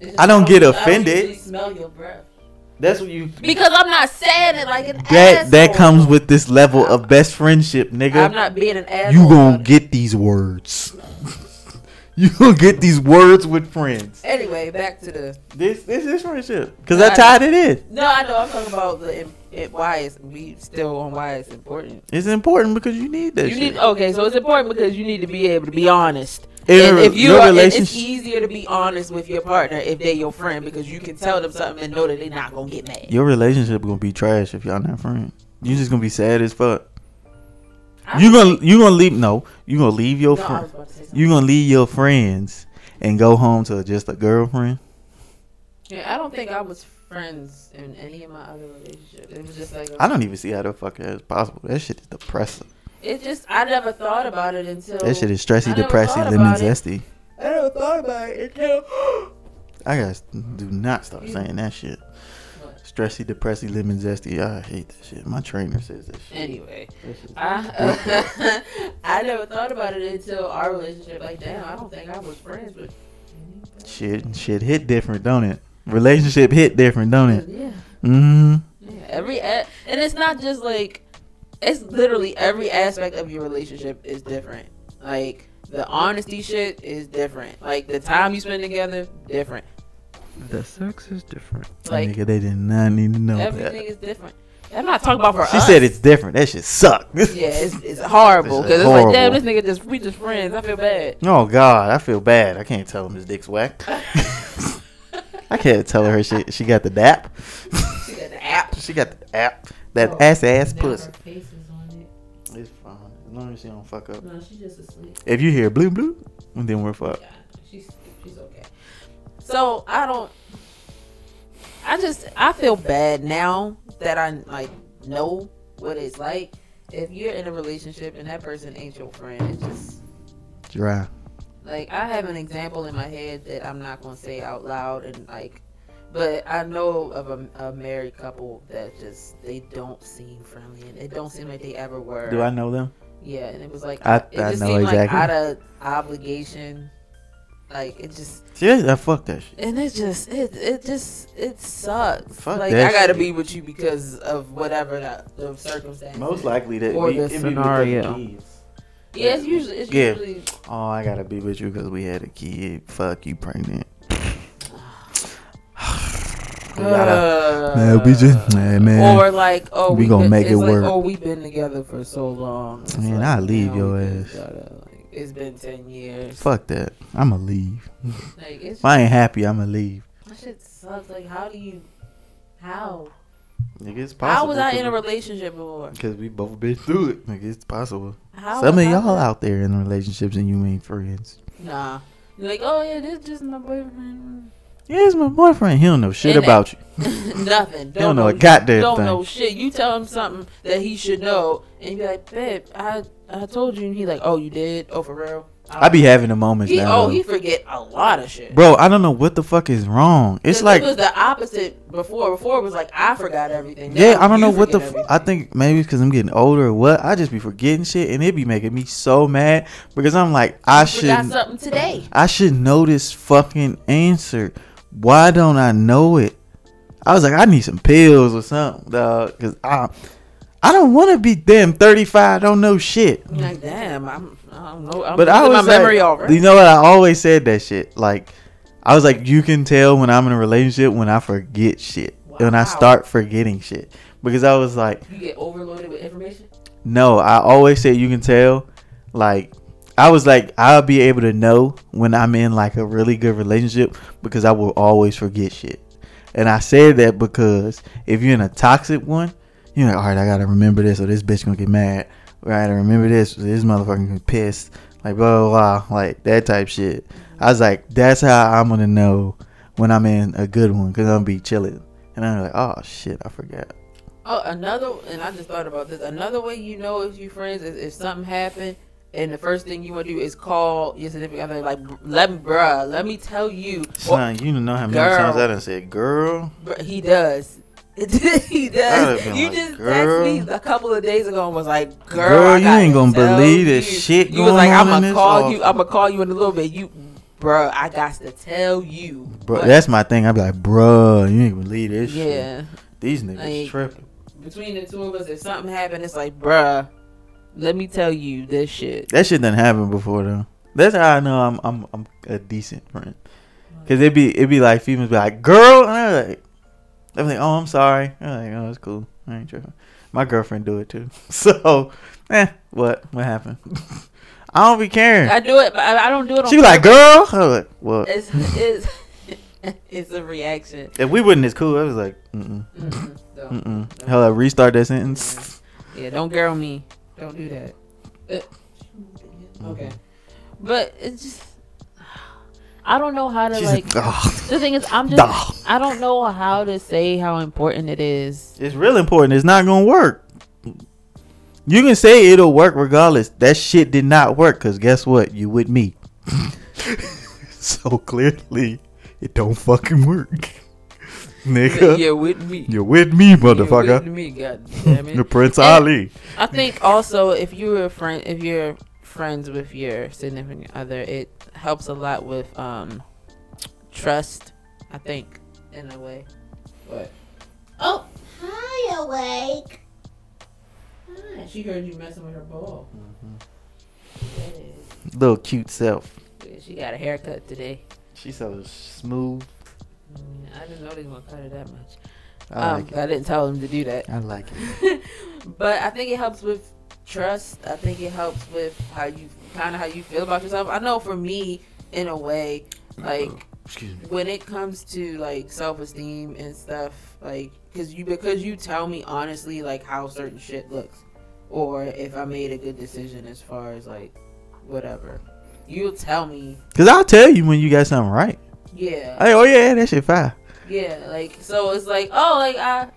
It's just I don't get usually- offended. usually smell your breath That's what you. because I'm not saying it like an That that comes with this level of best friendship, I'm nigga. not being an asshole. You gonna about it. get these words. you gonna get these words with friends. Anyway, back to the. This this is friendship, cause Nah, I I- tied it in. No, I know. I'm talking about the im- it, why it's we still on why it's important. It's important because you need that. You shit. need okay, so it's important because you need to be able to be honest. In and a- if you your are, and it's relationship- easier to be honest with your partner if they're your friend because you can tell them something and know that they're not gonna get mad. Your relationship gonna be trash if y'all not friends. You just gonna be sad as fuck. I- You gonna you gonna leave? No, you gonna leave your No, I friend. was about to say something. You gonna leave your friends and go home to just a girlfriend? Yeah, I don't think I was friends in any of my other relationships. It was just like I don't even see how the fuck that's possible. That shit is depressing. It just I never thought about it until That shit is I stressy, never depressing, thought lemon about it. zesty. I never thought about it until I guys do not start You- saying that shit. What? Stressy, depressing, lemon zesty. I hate that shit. My trainer says that shit. anyway. That shit- I I never thought about it until our relationship. Like damn, I don't think I was friends with. shit, shit hit different, don't it? Relationship hit different, don't it? Yeah, Mm. yeah. Every a- and it's not just like it's literally every aspect of your relationship is different. Like the honesty shit is different. Like the time you spend together, different. The sex is different. Like- Nigga, they did not need to know Everything that. is different. I'm not talking about for She us. said it's different. That shit sucked. Yeah, it's, it's horrible This is because it's like, damn, horrible. this nigga just we just friends. I feel bad. Oh God, I feel bad. I can't tell him his dick's whack. I can't tell her she she got the dap. She got the app. She got the app. That Oh, ass ass now pussy. her face is on it. It's fine. As long as she don't fuck up. No, she's just asleep. If you hear blue blue, then we're fucked. Yeah, she's she's okay. So I don't. I just I feel bad now that I like know what it's like. If you're in a relationship and that person ain't your friend, it's just Dry. like I have an example in my head that I'm not gonna say out loud and like, but I know of a, a married couple that just they don't seem friendly and it don't seem like they ever were. Do I know them? Yeah, and it was like I- it I just know seemed like exactly. out of obligation. Like it just Seriously, I fuck that shit. and it just it it just it sucks. Fuck like that I gotta shit. be with you because of whatever that the circumstance. Most likely that Or we, the it be because of scenario. kids. Yeah, it's usually it's Yeah. usually Oh, I gotta be with you because we had a kid. Fuck you, pregnant. We gotta- Uh, Man, we just- man, man. Or like, oh, We we, gonna been- make it's it like, work. Oh, we've been together for so long. It's Man, like, I'll leave now your we just ass. gotta, like, it's been ten years. fuck that. I'ma leave. Like it's If I ain't happy, I'ma leave. that shit sucks. Like, how do you? How? Nigga, it's how was I in a relationship before? Because we both been through it. Like, it's possible. How Some was of I- y'all out there in relationships and you ain't friends. Nah. You're like, oh yeah, this just my boyfriend. Yeah, it's my boyfriend. He don't know shit And- about you. Nothing. Don't, He don't know a you- goddamn don't thing. know shit. You tell him something that he should know, and you be like, babe, I I told you, and he like, oh, you did? Oh, for real? I be having the moments He, now. oh, though. he forget a lot of shit. Bro, I don't know what the fuck is wrong. It's 'Cause like, it was the opposite before. Before it was like I forgot everything. yeah, Now I don't you know what the. forget F- I everything. think maybe because I'm getting older or what. I just be forgetting shit, and it be making me so mad because I'm like, I You forgot should, something today. I should know this fucking answer. Why don't I know it? I was like, I need some pills or something, dog, because I, I don't want to be damn 35. Don't know shit. I'm like damn, I'm I don't know. I'm but I losing was my like, memory over. You know what? I always said that shit. Like, I was like, you can tell when I'm in a relationship when I forget shit, when Wow. I start forgetting shit, because I was like, you get overloaded with information. no, I always said you can tell. Like, I was like, I'll be able to know when I'm in like a really good relationship because I will always forget shit. And I said that because if you're in a toxic one, you're like, all right, I gotta remember this, or this bitch gonna get mad. Or I gotta remember this, or this motherfucker gonna get pissed. Like blah, blah blah, like that type shit. I was like, that's how I'm gonna know when I'm in a good one, cause I'm gonna be chilling. And I'm like, oh shit, I forgot. Oh, another, and I just thought about this. Another way you know if you friends is if something happened, and the first thing you want to do is call your significant other, like, let me, bruh, let me tell you. Son, you don't know how many Girl. times I done said, girl. Bruh, he does. he does. I'd've been You like, just "Girl." texted me a couple of days ago and was like, "Girl, Girl, I you gotta ain't gonna tell believe this you." shit You was going like, on "I'm in gonna this call office." you. I'm gonna call you in a little bit." You, bruh, I got to tell you. Bro, But- that's my thing. I'd be like, bruh, you ain't believe this shit. yeah. These niggas Like- tripping. Between the two of us, if something happened, it's like, "Bruh, let me tell you this shit." That shit done happened before though. That's how I know I'm I'm I'm a decent friend. Cause it be it be like females be like, girl, and I like, I'm like, oh, I'm sorry. I'm like, oh, it's cool. I ain't tripping. My girlfriend do it too. So, eh, what what happened? I don't be caring. I do it, but I, I don't do it. On she be like, girl. I was like, what? it's it's, it's a reaction. If we wasn't as cool, I was like, mm Mm-mm, mm don't. mm mm. Hell, I restart that sentence. Yeah, don't girl me. Don't do that. Okay. But it's just I don't know how to She's like like, oh, the thing is I'm just dog. I don't know how to say how important it is. It's real important. It's not gonna work. You can say it'll work regardless. That shit did not work because guess what? You with me. so clearly, it don't fucking work, nigga. You're with me. You're with me, You're with motherfucker. me, God damn The it. Prince And- Ali. I think also if you're a friend if you're friends with your significant other, it helps a lot with um trust, I think, in a way. But Oh, Hi, awake. Hi, She heard you messing with her ball. Yeah, Little cute self. Mm-hmm. She got a haircut today. She's so smooth. Mm, I didn't know they were gonna cut it that much. I um, like I didn't tell them to do that. it. I like it. but I think it helps with trust. I think it helps with how you kind of how you feel about yourself. I know for me, in a way, like Excuse me. when it comes to like self esteem and stuff, like because you because you tell me honestly like how certain shit looks, or if I made a good decision as far as like whatever, you'll tell me. Cause I'll tell you when you got something right. Yeah, Hey, oh yeah, that shit fire. yeah. Like so, it's like oh, like I.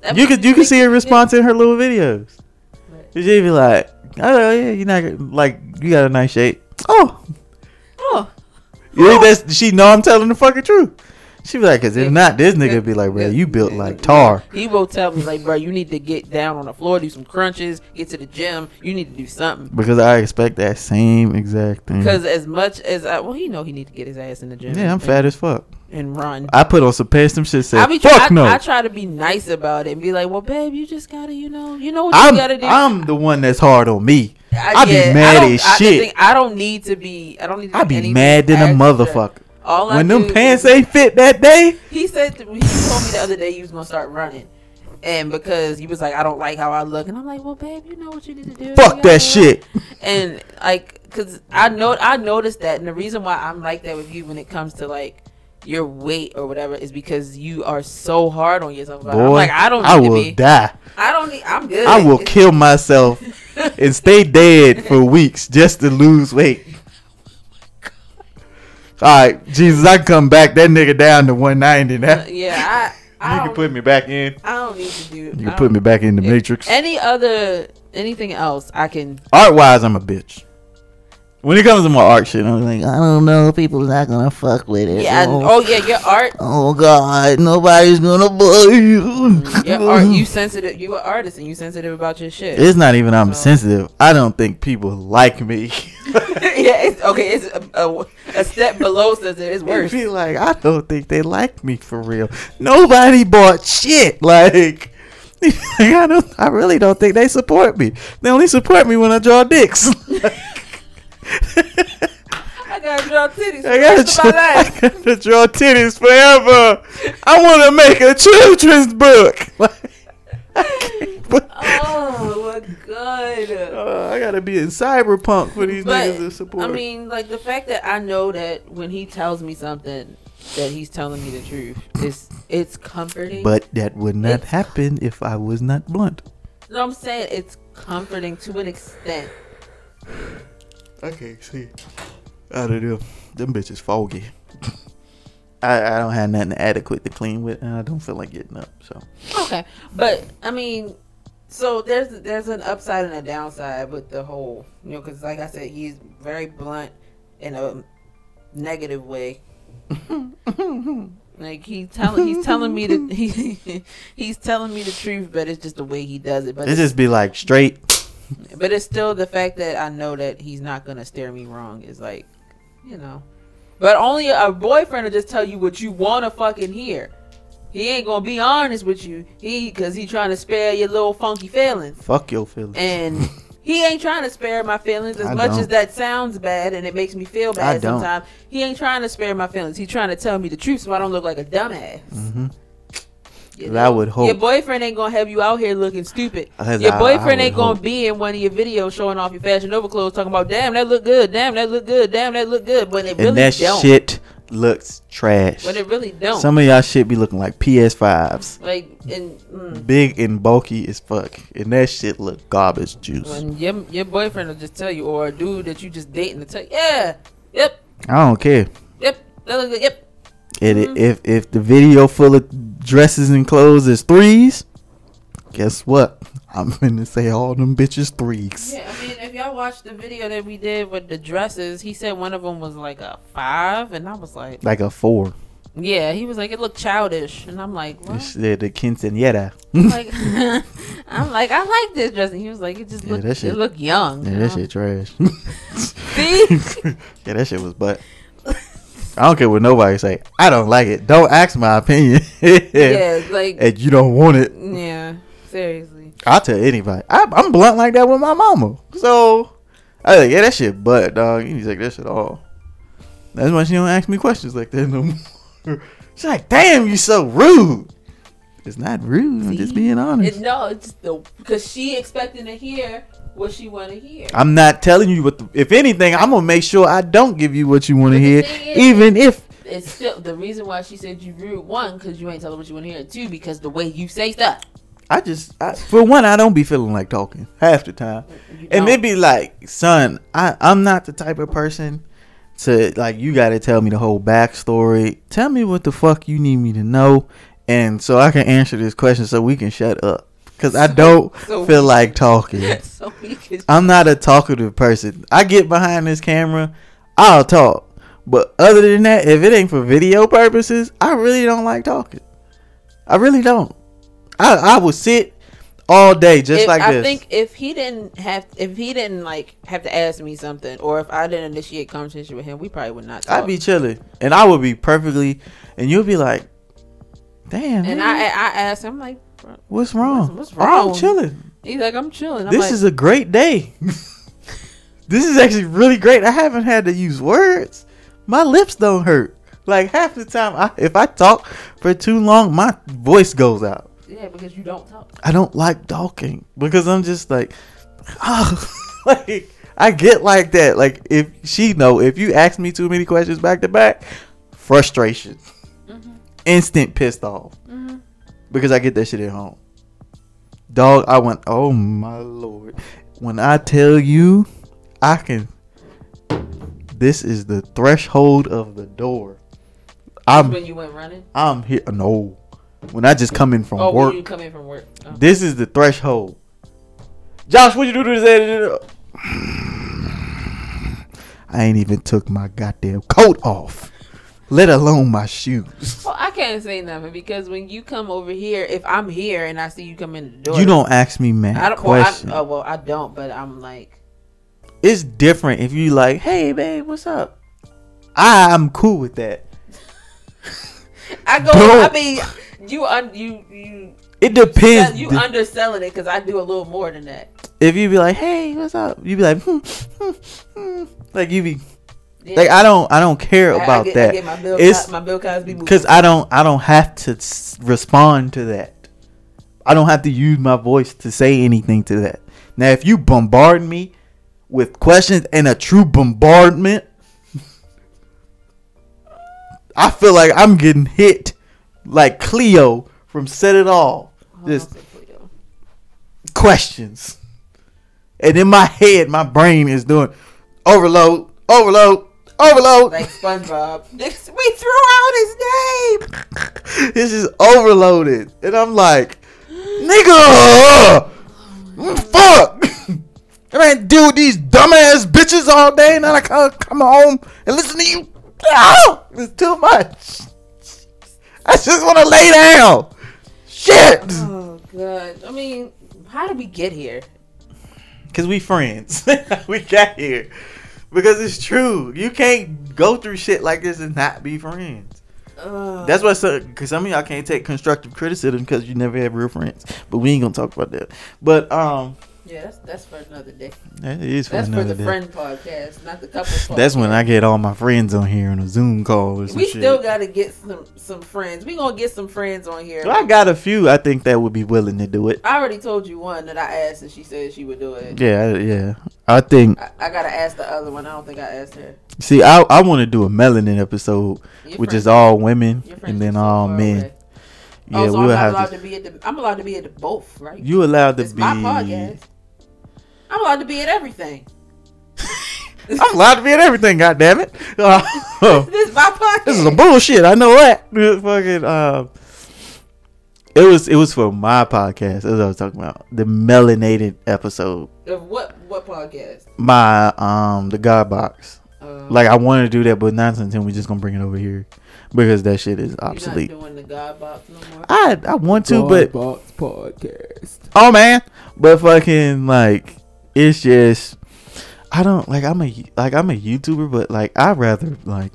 that You makes could me you could think see her you did- response in her little videos. She be like, oh yeah, you not gonna- like you got a nice shape. Oh, Oh, you think that's she know I'm telling the fucking truth. She be like, cause if not, this nigga be like, bro, Yeah. you built like tar. He will tell me like, bro, you need to get down on the floor, do some crunches, get to the gym. You need to do something. Because I expect that same exact thing. Because as much as I, well, he know he need to get his ass in the gym. Mm. Yeah, I'm and- fat as fuck. and run. I put on some pants, some shit said, I be fuck I, no. I try to be nice about it and be like, well, babe, you just gotta, you know, you know what you I'm, gotta do. I'm the one that's hard on me. I be yeah, mad don't- as I shit. think I don't need to be. I don't need. To I do be anything mad than a extra. motherfucker. All I When them do pants is- ain't fit that day, He said to me, he told me the other day he was gonna start running, and because he was like, I don't like how I look, and I'm like, well, babe, you know what you need to do. You fuck gotta- that shit. And like, cause I know I noticed that, and the reason why I'm like that with you when it comes to like your weight or whatever is because you are so hard on yourself. About it. I'm Boy, like I don't need I to will be. die. I don't need. I'm good. I will kill myself and stay dead for weeks just to lose weight. All right, Jesus, I come back that nigga down to 190 now. Uh, yeah, I. I you don't, can put me back in. I don't need to do. You can put me back in the matrix. Any other anything else I can? Art wise, I'm a bitch. When it comes to my art shit, I'm like, I don't know, people's not gonna fuck with it. Yeah. I- oh, oh yeah, your art. oh God, nobody's gonna buy you. Your art. You sensitive. You an artist and you sensitive about your shit. it's not even I'm So- sensitive. I don't think people like me. yeah. It's okay. It's a, a, a step below sensitive. It's They worse. be like, I don't think they like me for real. Nobody bought shit. Like, I don't. I really don't think they support me. They only support me when I draw dicks. I gotta draw titties. I I gotta, got draw, my life. I gotta draw titties forever. I want to make a children's book. Like, I can't bu- Oh my god. Uh, I gotta be in cyberpunk for these But, niggas to support. I mean, like the fact that I know that when he tells me something, that he's telling me the truth. It's it's comforting. But that would not It's- happen if I was not blunt. no, I'm saying it's comforting to an extent. Okay, see. I don't know. Them bitches foggy. I, I don't have nothing adequate to clean with, and I don't feel like getting up. So Okay, but I mean, so there's there's an upside and a downside with the whole, you know, because like I said, he's very blunt in a negative way. like he telling he's telling me the he, he's telling me the truth, but it's just the way he does it. But it it's, just be like straight. but it's still the fact that I know that he's not gonna steer me wrong is like, you know, but only a boyfriend will just tell you what you wanna fucking hear. He ain't gonna be honest with you. He cause he trying to spare your little funky feelings. Fuck your feelings. And he ain't trying to spare my feelings as I much don't. as that sounds bad and it makes me feel I bad don't. sometimes. He ain't trying to spare my feelings. He trying to tell me the truth so I don't look like a dumbass. Mhm. You I would hope. Your boyfriend ain't gonna have you out here looking stupid. As Your I- boyfriend I ain't would gonna hope. be in one of your videos showing off your fashion over clothes, talking about damn that look good, damn that look good, damn that look good, when it really and that don't. shit looks trash. When it really don't. Some of y'all shit be looking like PS5s, like and mm, big and bulky as fuck, and that shit look garbage juice. when your your boyfriend will just tell you or a dude that you just dating to tell you, yeah, yep, I don't care. yep, that look good, yep. And Mhm. if if the video full of dresses and clothes is threes, guess what? I'm gonna say all them bitches threes. Yeah, I mean, if y'all watched the video that we did with the dresses, he said one of them was like a five, and I was like, Like a four. yeah, he was like, it looked childish, and I'm like, what? It's the, the quinceanera. like, I'm like, I like this dress, and he was like, it just Yeah, looked, that shit- it looked young. Yeah, and that I'm- shit trash. See, yeah, that shit was butt. I don't care what nobody say. I don't like it. Don't ask my opinion. yeah, like, And you don't want it. yeah, seriously, I'll tell anybody. I, I'm blunt like that with my mama. So, I like, yeah, that shit butt, dog. You need to take that shit off. That's why she don't ask me questions like that no more. She's like, damn, you so rude. It's not rude. I'm just See? being honest. it, no, it's the because she expecting to hear what she want to hear. I'm not telling you what. The, if anything, I'm gonna make sure I don't give you what you want But to the hear, thing is- even if It's still the reason why she said you rude one because you ain't telling what you want to hear. Two because the way you say stuff. I just, I, for one, I don't be feeling like talking half the time. You And don't. it be like, son, I, I'm not the type of person to like you gotta tell me the whole backstory. Tell me what the fuck you need me to know and so I can answer this question so we can shut up. Cause I don't so- feel like talking. so we could I'm not a talkative person. I get behind this camera, I'll talk. But other than that, if it ain't for video purposes, I really don't like talking. I really don't. I I will sit all day just if, like I this. think if he didn't have, if he didn't like have to ask me something, or if I didn't initiate conversation with him, we probably would not. Talk. I'd be chilling, and I would be perfectly, and you'd be like, "Damn, and man, I, I asked him like, "Bro," what's wrong? what's I'm wrong? chilling. he's like, I'm chilling. I'm This like, is a great day. this is actually really great. I haven't had to use words. My lips don't hurt. Like half the time, I, if I talk for too long, my voice goes out. yeah, because you don't talk. I don't like talking because I'm just like, oh, like I get like that. Like if she know if you ask me too many questions back to back, frustration, Mm-hmm. instant pissed off because I get that shit at home. Dog, I went. Oh my lord! When I tell you, I can. This is the threshold of the door. That's I'm when you went running. I'm here. No, when I just come in from Oh, work. when you come in from work. Oh. This is the threshold. Josh, what you do to this? I ain't even took my goddamn coat off, let alone my shoes. Well, I can't say nothing because when you come over here, if I'm here and I see you come in the door, You don't ask me, man. I don't. Well, I, question. oh well, I don't. But I'm like, it's different if you like, hey, babe, what's up? I'm cool with that. I go. Don't. I mean, you un, you you It depends. you Th- underselling it because I do a little more than that. if you be like, hey, what's up? You be like, hmm, hmm, hmm. like you be Yeah. like, I don't, I don't care I- I about get- I that. get my Bill, It's- Cos- my Bill Cosby movie. because I don't I don't have to s- respond to that. I don't have to use my voice to say anything to that. Now, if you bombard me with questions and a true bombardment, I feel like I'm getting hit like Cleo from Set It All. Hold Just on a second, Cleo. questions. And in my head, my brain is doing overload, overload, overload. like SpongeBob. we threw out his name. this is overloaded. And I'm like, nigga, fuck. I man deal with these dumbass bitches all day, and then I come, come home and listen to you. Ah, it's too much. I just want to lay down. Shit. Oh god. I mean, how did we get here? Cause we friends. we got here. Because it's true. You can't go through shit like this and not be friends. Ugh. That's why some, cause some of y'all can't take constructive criticism because you never have real friends. But we ain't gonna talk about that. But um yeah. That's, that's for another day. that is for That's for another the day. friend podcast, not the couple. Podcast. That's when I get all my friends on here on a Zoom call or some We shit. still gotta get some some friends. We gonna get some friends on here. So I got a few I think that would be willing to do it. I already told you one that I asked and she said she would do it. Yeah, I- yeah. I think I, I gotta ask the other one. I don't think I asked her. see I I wanna do a melanin episode Your which friends- is all women your and friends are then so all far men. away. Yeah, oh, so we I'm would not have to allowed to, be at the. I'm allowed to be at the both, right? You allowed to it's be. my podcast. I'm allowed to be at everything. I'm allowed to be at everything. God damn it! Uh, this is my podcast. this is some bullshit. I know that. Fucking. Uh, it was. It was for my podcast. That's what I was talking about. The melanated episode. of what what podcast? My um the God box. Um, Like I wanted to do that, but nonsense. And we just gonna bring it over here because that shit is obsolete. You're not doing the God box no more. I I want to, but box podcast. Oh man, but fucking like it's just I don't like I'm a like I'm a YouTuber, but like I'd rather like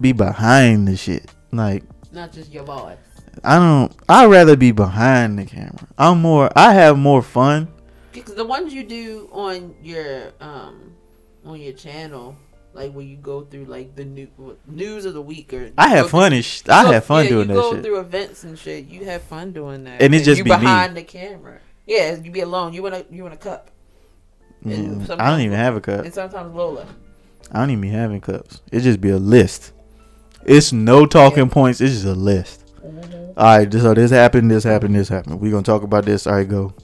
be behind the shit. Like Not just your boss. I don't I'd rather be behind the camera. I'm more I have more fun. Because the ones you do on your um on your channel, like when you go through like the new news of the week or I have go fun and sh- I go- have fun yeah, doing you that go shit. through events and shit. You have fun doing that, And it just you be me. behind the camera. Yeah, you be alone. You want a you want a cup, Yeah. and Mm, I don't sometimes- even have a cup. and sometimes Lola. I don't even be having cups. It just be a list. It's no talking points. It's just a list. All right, so this happened, this happened, this happened. We gonna talk about this. All right, go.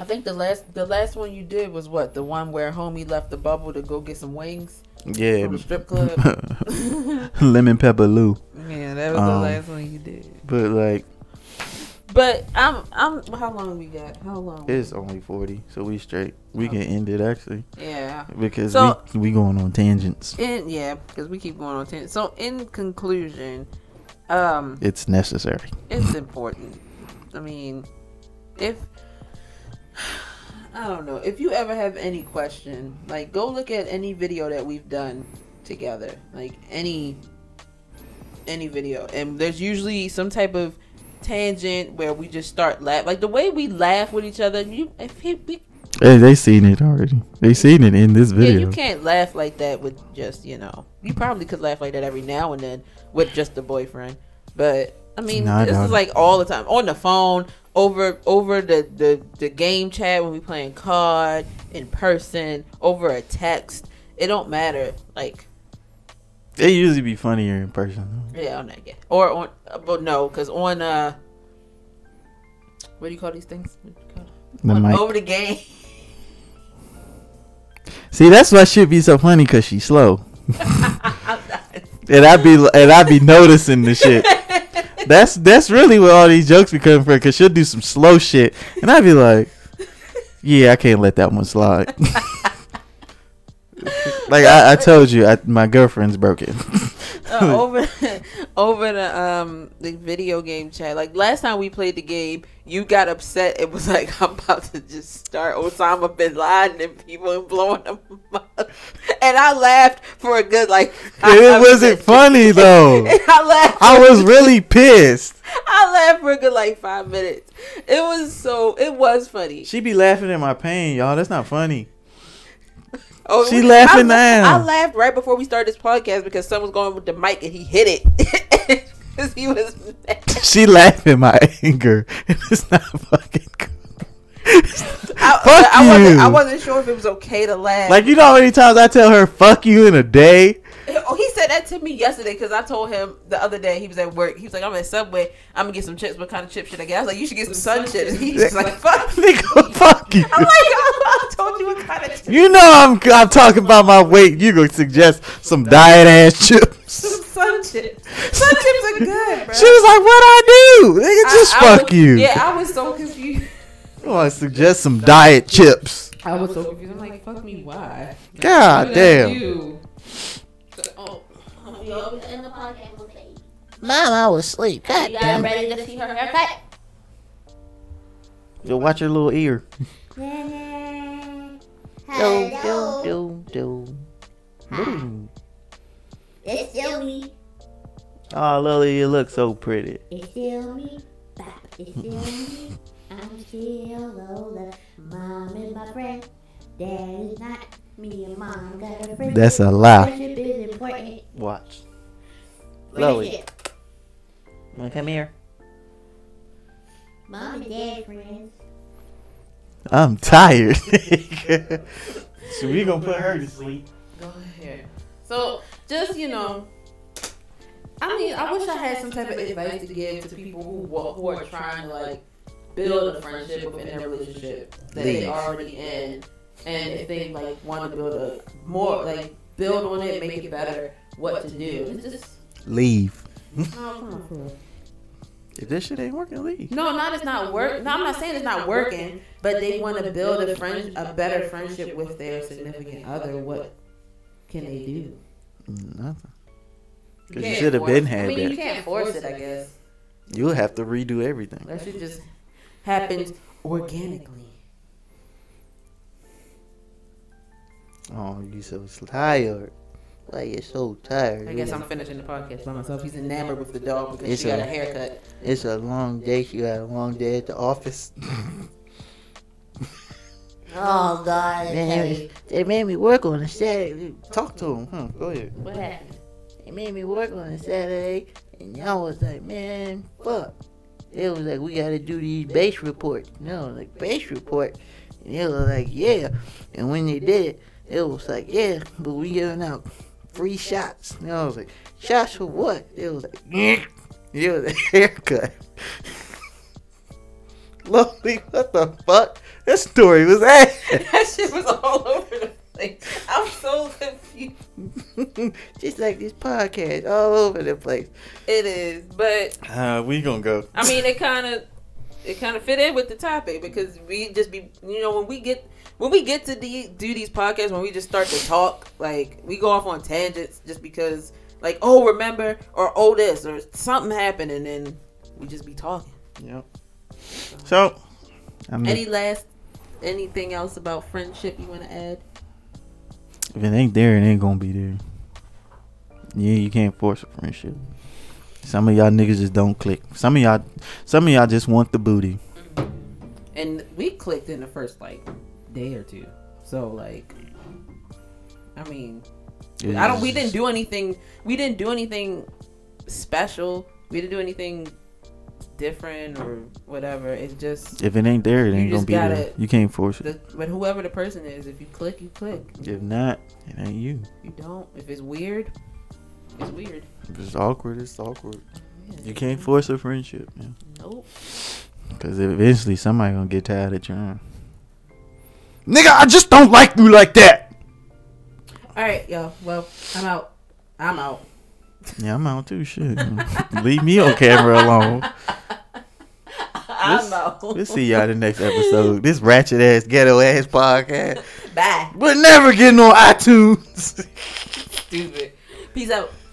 I think the last the last one you did was what the one where homie left the bubble to go get some wings Yeah, from the strip club. lemon pepper lou. yeah, that was the Um, last one you did. But like, But I'm I'm how long we got? How long? it's only forty, so we straight. We Okay. can end it actually yeah. because So- we we going on tangents. In yeah, because we keep going on ten. So in conclusion, um, It's necessary. it's important. I mean, if I don't know if you ever have any question, like go look at any video that we've done together, like any any video, and there's usually some type of tangent where we just start laugh like the way we laugh with each other you if he, we Hey, they seen it already. They seen it in this Yeah, video. you can't laugh like that with just you know. You probably could laugh like that every now and then with just the boyfriend, but I mean, Nah, I this doubt is it. like all the time on the phone, over over the the the game chat when we playing card in person, over a text. It don't matter. Like It usually be funnier in person. yeah, on that yeah, or on uh, but no, because on uh, what do you call these things? What Oh. do you call it? The On- mic. over the game. See, that's why shit be so funny because she's slow, I'm not- and I be and I be noticing the shit. That's that's really where all these jokes be coming from because she'll do some slow shit, and I be like, yeah, I can't let that one slide. like I, I told you, I, my girlfriend's broken. uh, over over the um the video game chat. Like last time we played the game, you got upset. It was like I'm about to just start Osama bin Laden and people and blowing them up, and I laughed for a good like. it wasn't funny though. And I laughed. I was really pissed. I laughed for a good like five minutes. It was so. It was funny. She be laughing at my pain, y'all. That's not funny. Oh, She we- laughing I, now. I laughed right before we started this podcast because someone was going with the mic and he hit it because he was mad. She laugh at my anger. It's not fucking. Cool. I, Fuck I, wasn't, you. I wasn't sure if it was okay to laugh. Like you know how many times I tell her "fuck you" in a day. oh, he said said that to me yesterday because I told him the other day he was at work. He was like, "I'm at Subway. I'm gonna get some chips. What kind of chips should I get?" I was like, "You should get some sun chips." He's just like, "Fuck." I'm like, Nigga, fuck you. "I told you what kind of chips." You know I'm I'm talking about my weight. You gonna suggest some diet ass chips? Some sun chips. Sun chips are good, bro. She was like, "What I do? Nigga, just I- I fuck was- you." Yeah, I was so confused. You want to suggest some diet chips? I was so confused. I'm like, "Fuck me, why?" God damn. You. Oh. You always end the podcast with baby. Mom, I was asleep. God You guys ready to see her haircut? Yo, watch your little ear. Hello. do, do. Ooh. It's still me. Oh, Lily, you look so pretty. It's still me. Bop. It's still me. I'm still Lola. Mom is my friend. Daddy's not. Me and mom got a friend. That's a lie. Friendship is important. Watch. Friendship. wanna come here? Mom and dad friends. I'm tired. so we gonna put her to sleep. Go ahead. So just you know, I mean, I wish I had some type of advice to give to people who wa- who are trying to like build a friendship within their relationship that they already in, and if they like want to build a more like build on it, make it better, what to do? It's just Leave. oh, come on, bro. If this shit ain't working, leave. no, not it's not work. No, I'm not saying it's not working, but they want to build a friend a better friendship with their significant other. What can they do? Nothing. Because you can't should have force- been had I mean, you that. can't force it, I guess. You'll have to redo everything. That shit just happens organically. Oh, you so tired. Why you so tired? I guess I'm finishing the podcast by myself. He's enamored with the dog because It's she got a- a haircut. It's a long day. You had a long day at the office. Oh, God. They made, me, they made me work on a Saturday. Talk to him. Hmm, go ahead. What happened? They made me work on a Saturday, and y'all was like, man, fuck. It was like, we gotta do these base reports. No, like, base report. And they were like, yeah. And when they did it, it was like, yeah, but we giving out free shots. And I was like, shots for what? It was like, yeah. It was a haircut. Lovely, what the fuck? That story was ass. that shit was all over the place. I'm so confused. Just like this podcast, all over the place. It is, but Uh, we gonna go. I mean, it kind of it kind of fit in with the topic because we just be you know when we get when we get to the, do these podcasts when we just start to talk like we go off on tangents just because like oh remember or oh this or something happened and then we just be talking. Yep. So, I mean, Any last anything else about friendship you want to add? if it ain't there, it ain't gonna be there. Yeah, you can't force a friendship. Some of y'all niggas just don't click. Some of y'all, some of y'all just want the booty. And we clicked in the first like day or two, so like, I mean, I don't. We didn't do anything. We didn't do anything special. We didn't do anything different or whatever. It's just If it ain't there, it You ain't gonna just be there. gotta- You can't force it. the, but whoever the person is, if you click, you click. If not, it ain't you. If you don't, if it's weird, it's weird. If it's awkward, it's awkward. Yeah. You can't force a friendship, man. Nope. Cause eventually somebody gonna get tired of trying. Nigga, I just don't like you like that. All right, y'all. Well, I'm out. I'm out. Yeah, I'm out too. Shit, leave me on camera alone. I'm out. We'll see y'all in the next episode. This ratchet ass, ghetto ass podcast. Bye. We're never getting on iTunes. Stupid. Peace out.